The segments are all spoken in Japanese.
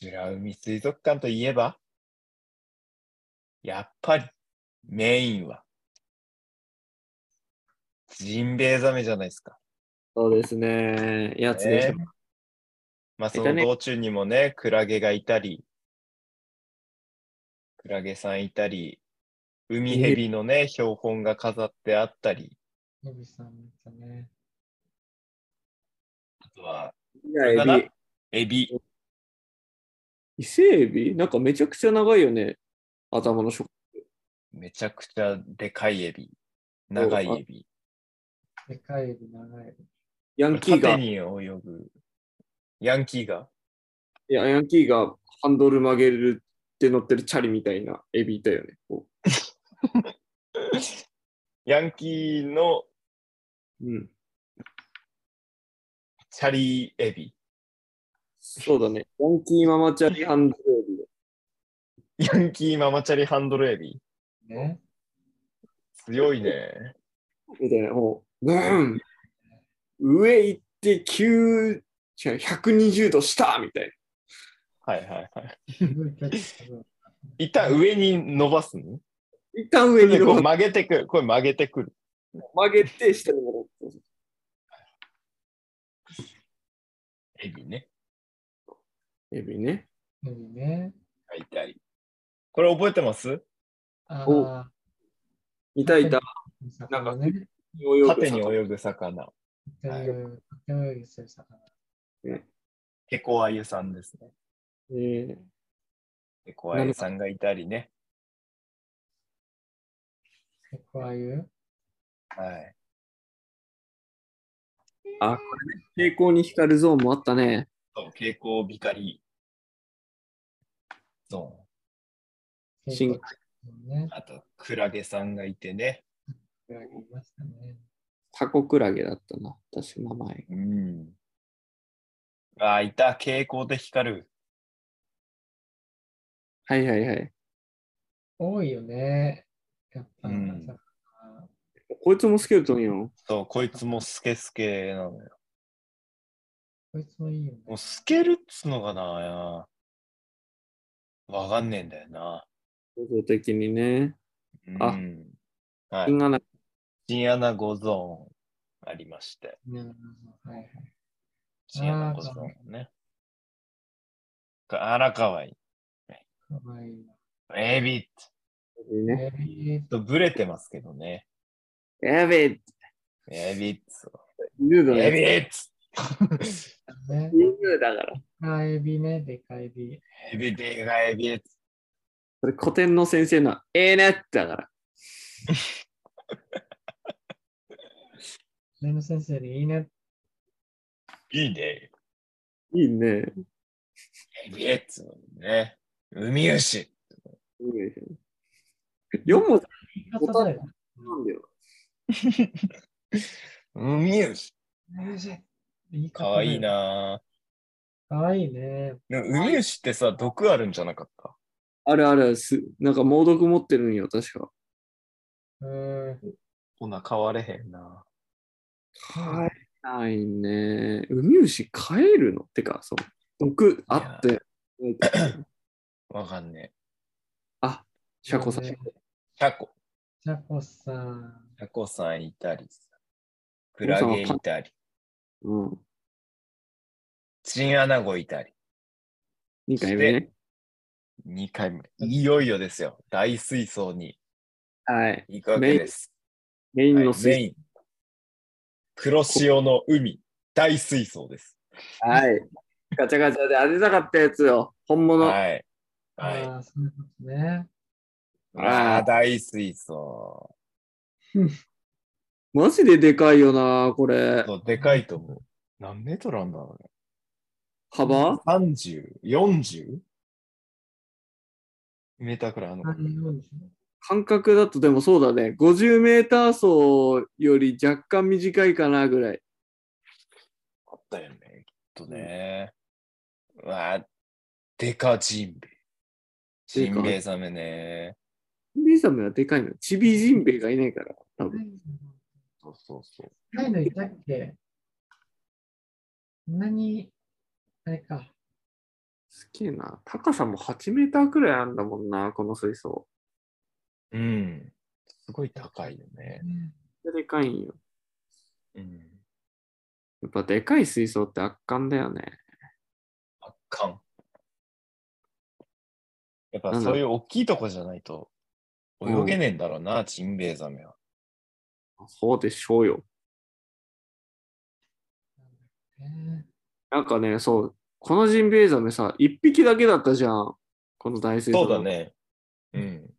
白海水族館といえば、やっぱりメインは、ジンベエザメじゃないですか。そうですね。やつでしょ。まあ、いたそねの道中にもね、クラゲがいたり、クラゲさんいたり、海ヘビのね、標本が飾ってあったり、のびさんもいたね。あとは、エかなビエビ。伊勢エビなんかめちゃくちゃ長いよね。頭の食。めちゃくちゃでかいエビ。長いエビ。でかいエビ、長いエビ。ヤンキーが、縦いに泳ぐ。ヤンキーが。やヤンキーがハンドル曲げるって乗ってるチャリみたいなエビいたよね。こヤンキーのううん。チャリエビ。 そうだね。ヤンキーママチャリハンドルエビ。ヤンキーママチャリハンドルエビ。ね。強いね。みたいな、もう、うん、上行って9、違う、120度下みたいな。はいはいはすごい キャッチするい。一旦上に伸ばすの一旦上にこう曲曲げてくる。これ曲げてくる。げて、下に戻って。エビね。エビね。エビね。はいたり。これ覚えてますあおあ、いたいた、なんかね。泳ぐ縦に泳ぐ魚。縦に泳ぐ縦に泳ぎする魚。ケコアユさんですね。えーケコアユさんがいたりね。結構ああいうはい。あ、これね、蛍光に光るゾーンもあったね。そう、蛍光ビカリゾーン。進化ね。あと、クラゲさんがいてね。いましたね。タコクラゲだったな。確か名前。うん。ああ、いた、蛍光で光る。はいはいはい。多いよね。やっぱ、うんさこいつもスケルトンよ。そう、こいつもスケスケなのよ。こいつもいいよもねう。スケるっつのがな、わかんねえんだよな。構造的にね。あうん。はいみん。ななんかチンアナゴゾーンありまして。うんはいはい。チンアナゴゾーンね。あら、かわいい。かわいいエビね。な。エビとブレてますけどね。エビエビッツ。犬だエビッね。ツだね。で犬だから。かいエビね。でかいエビ。エビデがエビッツ。それ古典の先生のええねだから。ねの先生でいいね。いいね。いいね。エビッツ。ね。ウミウシ。 4文字言い方だよ。なんだよ。ウミウシ。言い方かわいいだよ。なかわいいね。でもウミウシってさ、毒あるんじゃなかったあるあるす、なんか猛毒持ってるんよ、確か。うん。こんな変われへんな飼えないね。ウミウシ飼えるのってか、その毒あって、わかんねえ。あ、シャコさん。ねシャコ。じゃこさん。シャコさんいたりさ。クラゲいたり。うん。チンアナゴいたり。 2回目ね。 2回目。いよいよですよ。大水槽にはい。行くわけです。メインのはい水。メイン。黒潮の海。大水槽です。はい。ガチャガチャで当てたかったやつよ。本物。はい。はい。ああ、そういうことね。ああ、大水槽。マジででかいよな、これ。そうでかいと思う。何メートルあんだろうね。幅 ?30、40? メーターくらいあるのあかれ40感覚だとでもそうだね。50メーター走より若干短いかなぐらい。あったよね、きっとね。うわあ、デカジンベイ。ジンベエザメね。リザメはでかいの。チビジンベイがいないから。多分そうそうそう。高いのいたっけそんなに、あれか。スげえな。高さも8メーターくらいあるんだもんな、この水槽。うん。すごい高いよね。でかいんよ。うん。やっぱでかい水槽って圧巻だよね。圧巻。やっぱそういう大きいとこじゃないと泳げねえんだろうな、ジンベエザメは。そうでしょうよ。ねなんかね、そう、このジンベエザメさ、1匹だけだったじゃん。この大水槽。そうだ。ね。うん。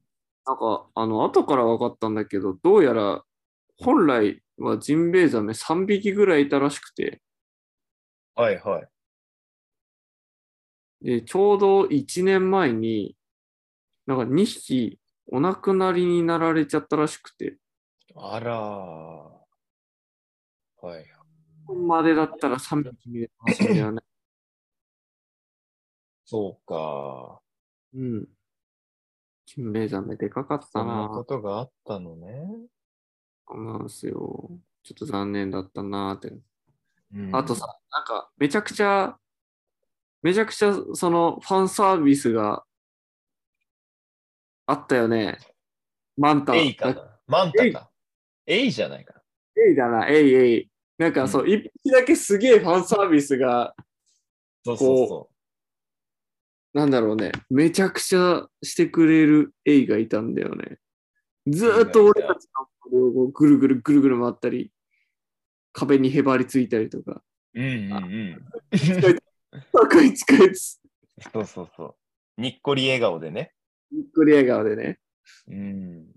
なんか、あの、後から分かったんだけど、どうやら、本来はジンベエザメ3匹ぐらいいたらしくて、はいはい。でちょうど1年前に、なんか2匹お亡くなりになられちゃったらしくて、あらー。はい。ここまでだったら3匹見れますんだよね。そうか。うん。ジンベエザメでかかったそんななことがあったのね。そうなんですよ。ちょっと残念だったなって。うんあとさ、、なんか、めちゃくちゃ、めちゃくちゃ、その、ファンサービスがあったよね。マンタ。エイかだな。マンタか。エイじゃないかエイだな、エイエイ。なんか、そう、一匹だけすげえファンサービスが、な。そうそうそなんだろうね、めちゃくちゃしてくれるエイがいたんだよね。ずーっと俺たちのこれをぐるぐるぐるぐる回ったり、壁にへばりついたりとか、 う。うんうんうん。赤い近いつ、そうそうそう。にっこり笑顔でね。ニッコリ笑顔でね。うん。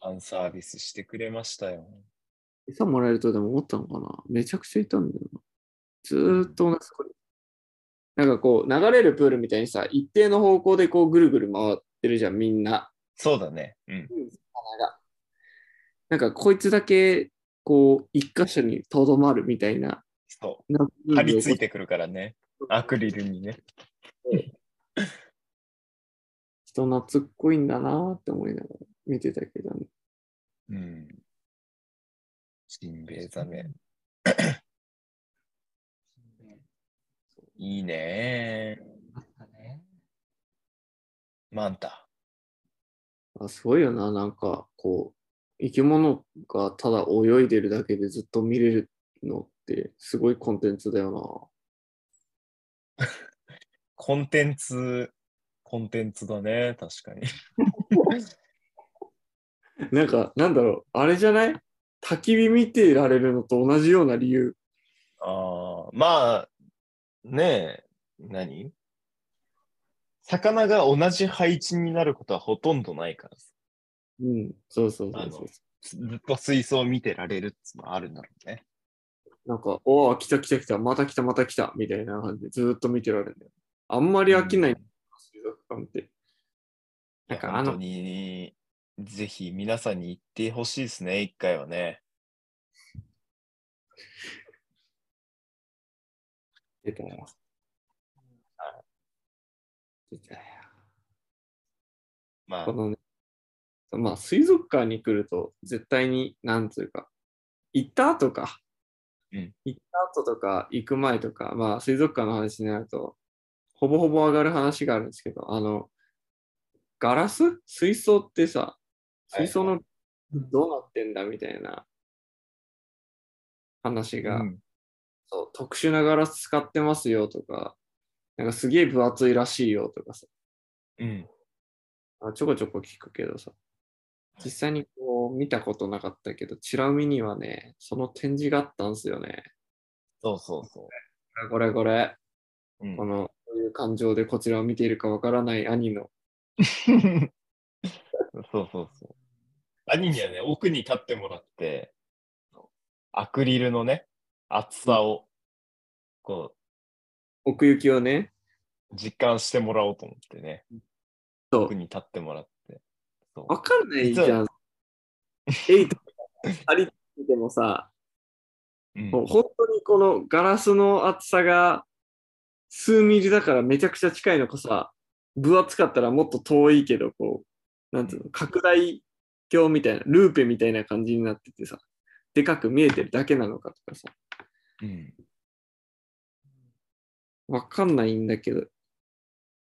ファンサービスしてくれましたよ。餌もらえるとでも思ったのかなめちゃくちゃいたんだよな。ずーっと同じとこに。なんかこう、流れるプールみたいにさ、一定の方向でこうぐるぐる回ってるじゃん、みんな。そうだね。うん。花が。なんかこいつだけ、こう、一箇所にとどまるみたいな。そなう。張り付いてくるからね。アクリルにね。人懐っこいんだなーって思いながら見てたけどね。うん。ジンベエザメ。いいねあったね。マンタ。あすごいよな、なんかこう、生き物がただ泳いでるだけでずっと見れるのって、すごいコンテンツだよな。コンテンツ、コンテンツだね。確かに。なんか、なんだろう、あれじゃない焚き火見てられるのと同じような理由。 ああ、まあ、ねえ、何魚が同じ配置になることはほとんどないからさうん、そうそうそうあそのう。ずっと水槽を見てられるっていうのはあるんだろうね。なんか、おお、来た来た来た、また来たまた来た、みたいな感じでずーっと見てられるんだよ。あんまり飽きない、水族館って。なんか、あ本当の、に、ぜひ皆さんに行ってほしいですね、一回はね。出たよ。出たよ。まあこ、のね、まあ、水族館に来ると、絶対に、なんつうか、行った後か、うん行った後とか、行く前とか、まあ、水族館の話になると、ほぼほぼ上がる話があるんですけど、あの、ガラス水槽ってさ、水槽のどうなってんだみたいな話が、うんそう特殊なガラス使ってますよとか、なんかすげえ分厚いらしいよとかさ、うん、あちょこちょこ聞くけどさ、実際にこう見たことなかったけど、チラ見にはね、その展示があったんですよね。そうそうそこれこれ、う。うんこの、こういう感情でこちらを見ているかわからない兄の、 そうそうそう。兄にはね、奥に立ってもらって、アクリルのね、厚さを、こ奥行きをね、う、実感してもらおうと思ってね、そう奥、に立ってもらって。そわかんないじゃん。エイトありでもさ、う。うんもう本当にこのガラスの厚さが数ミリだからめちゃくちゃ近いのかさ、分厚かったらもっと遠いけど、こう、なんていうの、拡大鏡みたいな、ルーペみたいな感じになっててさ、でかく見えてるだけなのかとかさ、うんわかんないんだけど、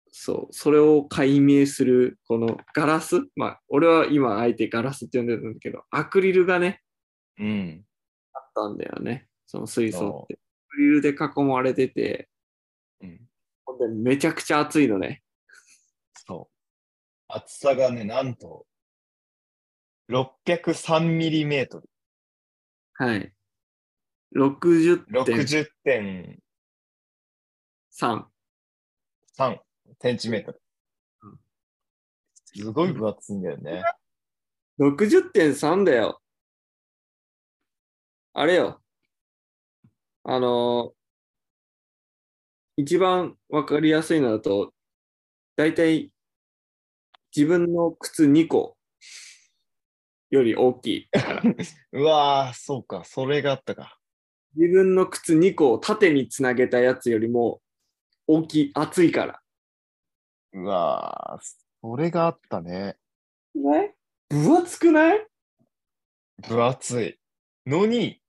そう、それを解明する、このガラス、まあ、俺は今、あえてガラスって呼んでるんだけど、アクリルがね、うん。あったんだよね、その水槽って。アクリルで囲まれてて、うん、ほんでめちゃくちゃ暑いのね。そう。厚さがね、なんと、603mm。はい。60.3。 60.3センチメートルうん。すごい分厚いんだよね。 60.3だよ。あれよ。あのー一番わかりやすいのだと、だいたい自分の靴2個より大きい。うわー、そうか、それがあったか。自分の靴2個を縦につなげたやつよりも大きい、厚いから。うわー、それがあったね。ね分厚くない分厚い。のに、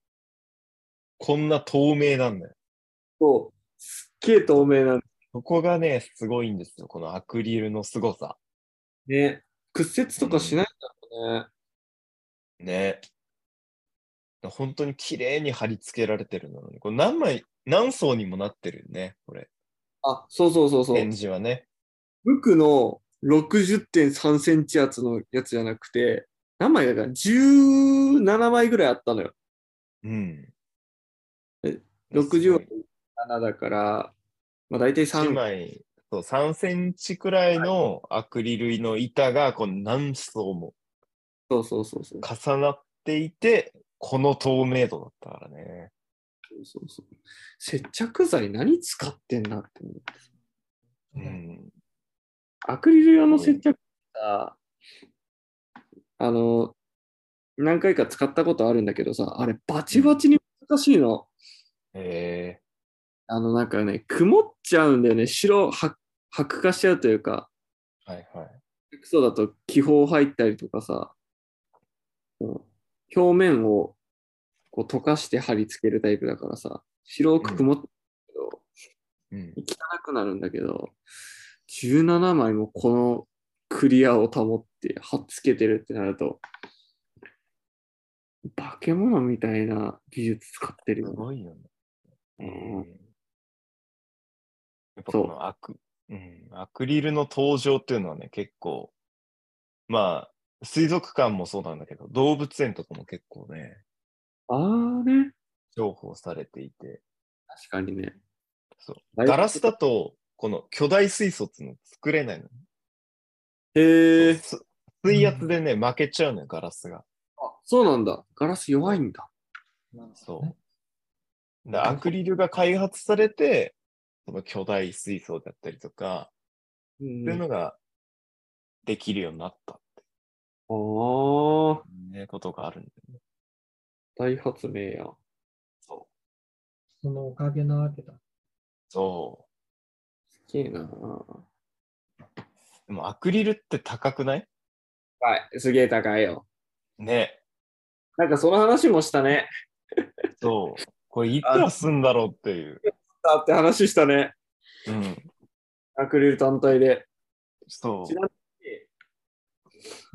こんな透明なんだよ。そう。すっげえ透明なんそこがね、すごいんですよ。このアクリルの凄さ。ね。屈折とかしないんだろうね。ね。本当に綺麗に貼り付けられてるのに、これ何枚、何層にもなってるよね、これ。あ、そうそうそうそう展。示はね。ムクの60.3センチ厚のやつじゃなくて、何枚だかな ?17 枚ぐらいあったのよ。うん。え60は7だから、まあ大体1 3、枚、そう、3センチくらいのアクリルの板が、こう何層もそうそうそうそう。重なっていて、この透明度だったからね。そうそう接着剤何使ってんだって思う。うん。アクリル用の接着剤さ、あの、何回か使ったことあるんだけどさ、あれバチバチに難しいの。えあの、なんかね、曇っちゃうんだよね。白、は白化しちゃうというか、ー、はいはい。そうだと気泡入ったりとかさ、こう表面をこう溶かして貼り付けるタイプだからさ、白く曇っちゃううん。けど、汚くなるんだけど、17枚もこのクリアを保って貼っ付けてるってなると、化け物みたいな技術使ってるすよね。ごいよね。うんやっぱこのアク、うん、アクリルの登場っていうのはね、結構、まあ、水族館もそうなんだけど、動物園とかも結構ね、ああね、重宝されていて、確かにね。そうガラスだと、この巨大水槽っていうの作れないの。へえ。す水圧でね、負けちゃうのよ、ガラスが。あ、そうなんだ。ガラス弱いんだ。そう。だからアクリルが開発されて、その巨大水槽だったりとか、うんそういうのができるようになったってああ、ね、ことがあるんだよね。大発明や。そう。そのおかげなわけだ。そすげえな。う。でもアクリルって高くないはい、すげえ高いよ。ね。なんかその話もしたね。 そう。これいくらすんだろうっていう。だって話したね。うん。アクリル単体で。そちな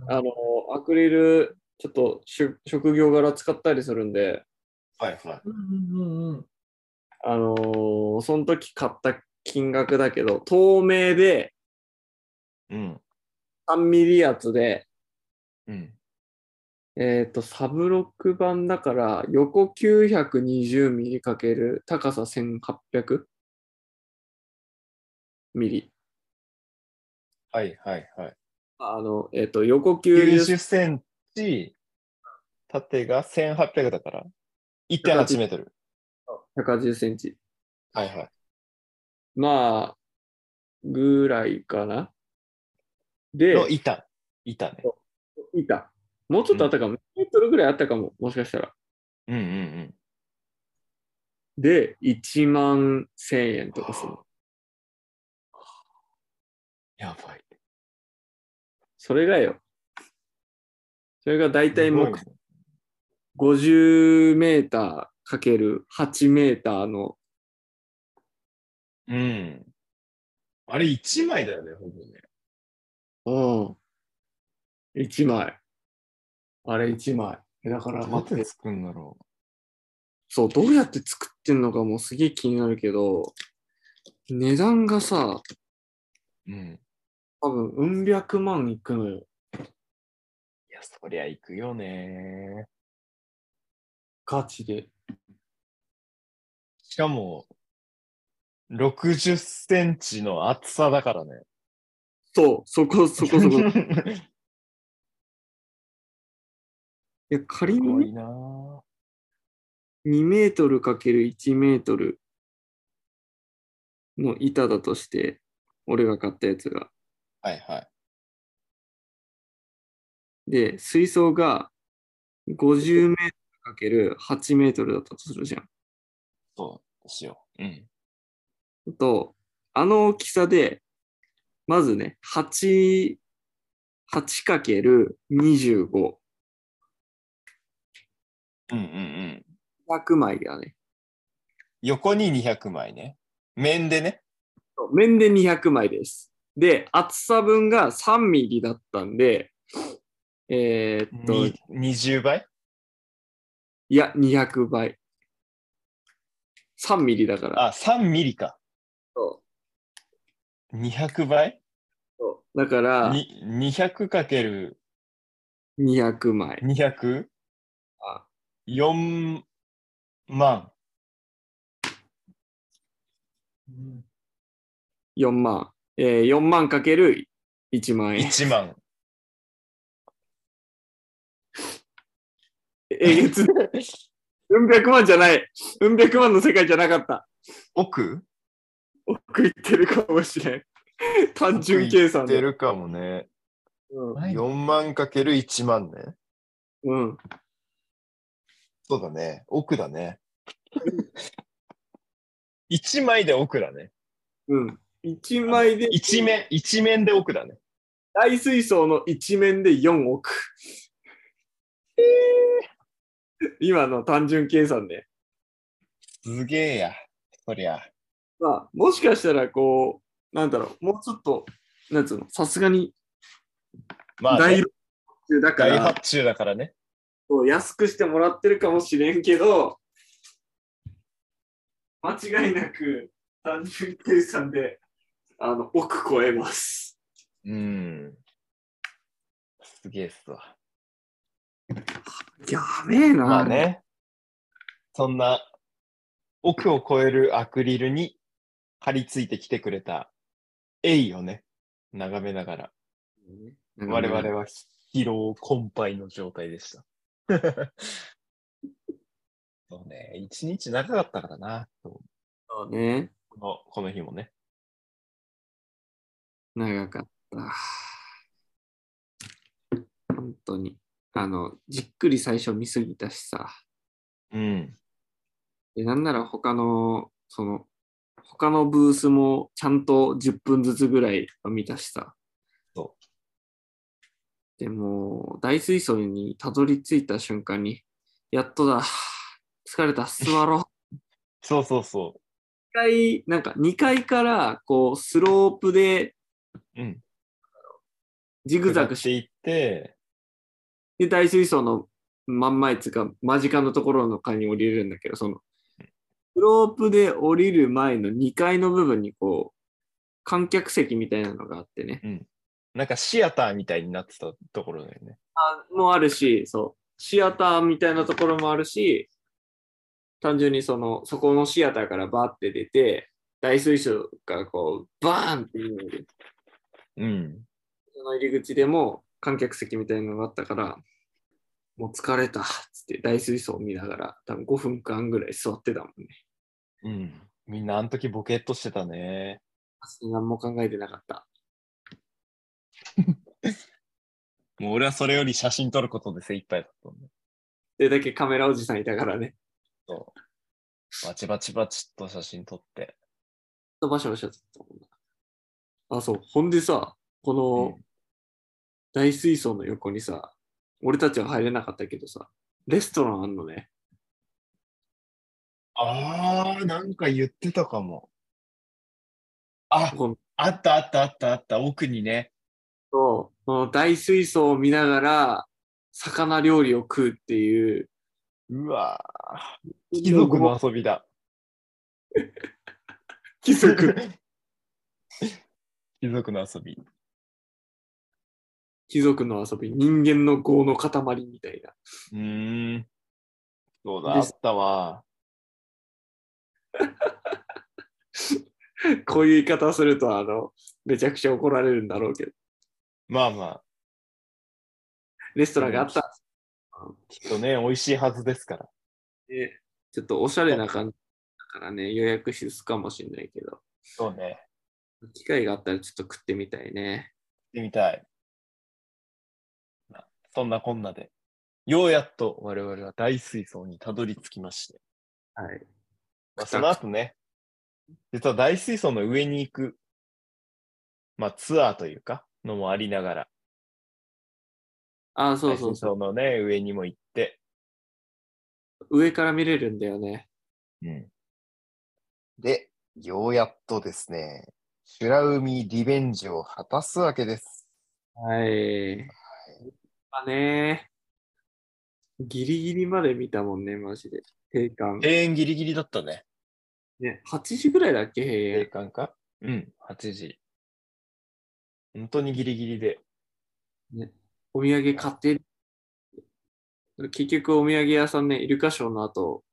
あの、アクリル、ちょっとしゅ職業柄使ったりするんで、う。はいはい。うんうんうんうん。あのーその時買った金額だけど、透明でうん。 3ミリ厚で、うん。えっ、と、サブロック版だから、横920ミリかける高さ1800ミリ。はいはいはい。あの、えっ、と、横90 90、センチ、縦が1800だから、1.8メートル。 180センチ。はいはい。まあ、ぐらいかな。で、の板。板ね。板。もうちょっとあったかも。メートルぐらいあったかも。もしかしたら。うんうんうん。で、1万1000円とかする。やばい。それがよ。それが大体目すごいね50メーターかける8メーターのうん。あれ1枚だよね、ほぼね。うん。1枚。あれ1枚。えだから、どうやっ待ってて。作るんだろそう、どうやって作ってんのかもすげえ気になるけど、値段がさ、う。うん。多分、うん百万いくのよ。いや、そりゃ行くよね。ガチで。しかも、60センチの厚さだからね。そう、そこそこそこ。 いや、仮すごいになぁ2メートルかける1メートルの板だとして、俺が買ったやつが。はいはい。で、水槽が50メートルかける8メートルだったとするじゃん。そうしよう。うん。あと、あの大きさで、まずね、8、8かける25、うんうんうん。 100枚だね。横に200枚ね。面でね。そう面で200枚です。で、厚さ分が3ミリだったんで、えーっと、に20倍いや、200倍。3ミリだから。あ、3ミリか。そ200倍うそうだから、に ?200×200 200枚。あ4万。うん4万。えー、4万かける1万円。 1万。えげつない。うん百万じゃない。うん百万の世界じゃなかった。億奥行ってるかもしれん。単純計算出で。るかもね。うん。前の4万 ×1 万ね。うん。そうだね。億だね。1枚で億だね。うん。一枚で、一面、一面で億だね。大水槽の一面で4億。今の単純計算で。すげえや。そりゃ。まあ、もしかしたら、こう、なんだろう、もうちょっと、なんつうの、さすがにまあ、大ね路、中だか大ら、発注だからね。そう安くしてもらってるかもしれんけど、間違いなく単純計算であの億超えます。うん。すげえっすわ。やべえな。まあね。 そんな、億を超えるアクリルに張り付いてきてくれた、エイをね、眺めながら、なんか我ね々は疲労困憊の状態でした。 そうね、一日長かったからな、こそうね。のこの日もね。長かった。本当に。あの、じっくり最初見すぎたしさ。うん。でなんなら他の、その、他のブースもちゃんと10分ずつぐらいは見たしさ。。そうでも、大水槽にたどり着いた瞬間に、やっとだ、疲れた、座ろう。そうそうそ一回、なんか2階から、こう、スロープでう。うん。ジグザ下グっしていって、で、大水槽の真ん前っつうか、間近のところの階に降りれるんだけど、その、スロープで降りる前の2階の部分にこう、観客席みたいなのがあってね。なんかシアターみたいになってたところだよね。あもあるし、そう、シアターみたいなところもあるし、単純にその、そこのシアターからバーって出て、大水槽からこう、バーンっていうのでうん。その入り口でも観客席みたいなのがあったから、もう疲れたっつって大水槽を見ながら、多分5分間ぐらい座ってたもんね。うん。みんなあの時ボケっとしてたね。何も考えてなかった。もう俺はそれより写真撮ることで精一杯だったんで。でだけカメラおじさんいたからね。そう。バチバチバチっと写真撮って。バシャバシャ撮ってたもんな。あ、そう。ほんでさ、このう大水槽の横にさ、俺たちは入れなかったけどさ、レストランあんのね。あー、なんか言ってたかも。あ、このあったあったあったあった、奥にね。そうこの大水槽を見ながら、魚料理を食うっていう。うわぁ貴族の遊びだ。貴族。貴族の遊び。貴族の遊び。人間の業の塊みたいな。 うーん。そうだ、あでっすたわ。こういう言い方すると、あの、めちゃくちゃ怒られるんだろうけど。まあまあ、レストランがあったんきっとね、美味しいはずですから。で、ちょっとおしゃれな感じだからね、予約しすかもしれないけど。そうね。機会があったらちょっと食ってみたいね。行ってみたい。まあそんなこんなで、ようやっと我々は大水槽にたどり着きまして、はい。まあ、その後ね、実は大水槽の上に行く、まあツアーというか、のもありながら、ああ、そうそ大う水そ槽のね、上にも行って、う。上から見れるんだよね。で、ようやっとですね、シュラ海リベンジを果たすわけです。はい。まあね。ギリギリまで見たもんね、マジで。閉館。閉園ギリギリだったね。ね、8時ぐらいだっけ、閉閉園。館かうん、8時。本当にギリギリで。お土産買って。結局お土産屋さんね、イルカショーの後、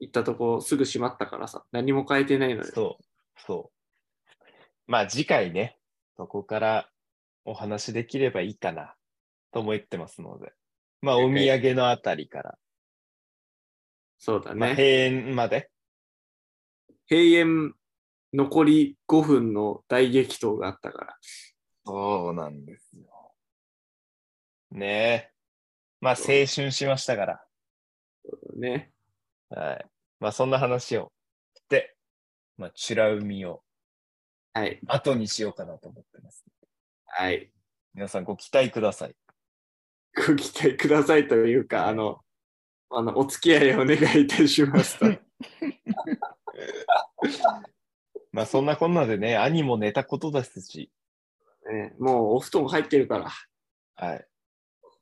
行ったとこすぐ閉まったからさ、何も買えてないので。そう、そう。まあ次回ね、そこからお話できればいいかなと思ってますので。まあお土産のあたりから、そうだまあね。閉園まで。閉園残り5分の大激闘があったから。そうなんですよ。ねえ。まあ青春しましたから。ね。はい。まあそんな話をして、まあチュラ海をはい。後にしようかなと思ってます。はい。皆さんご期待ください。ご期待くださいというか、あの、あのお付き合いお願いいたしま すと。まあそんなこんなでね、兄も寝たことですし、ね、もうお布団入ってるから。はい。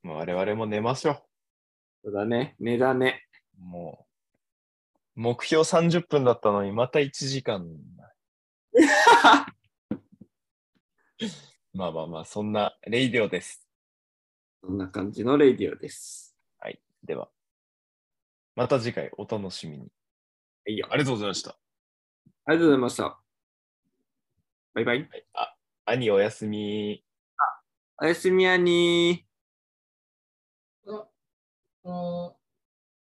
まあ我々も寝ましょそうだね。値段 ね。う。もう、目標30分だったのに、また1時間。まあまあまあ、そんなレイディオです。そんな感じのレディオです。では、また次回お楽しみに。いいよ。ありがとうございました。ありがとうございました。バイバイ。兄おやすみ。おやすみやにー。あの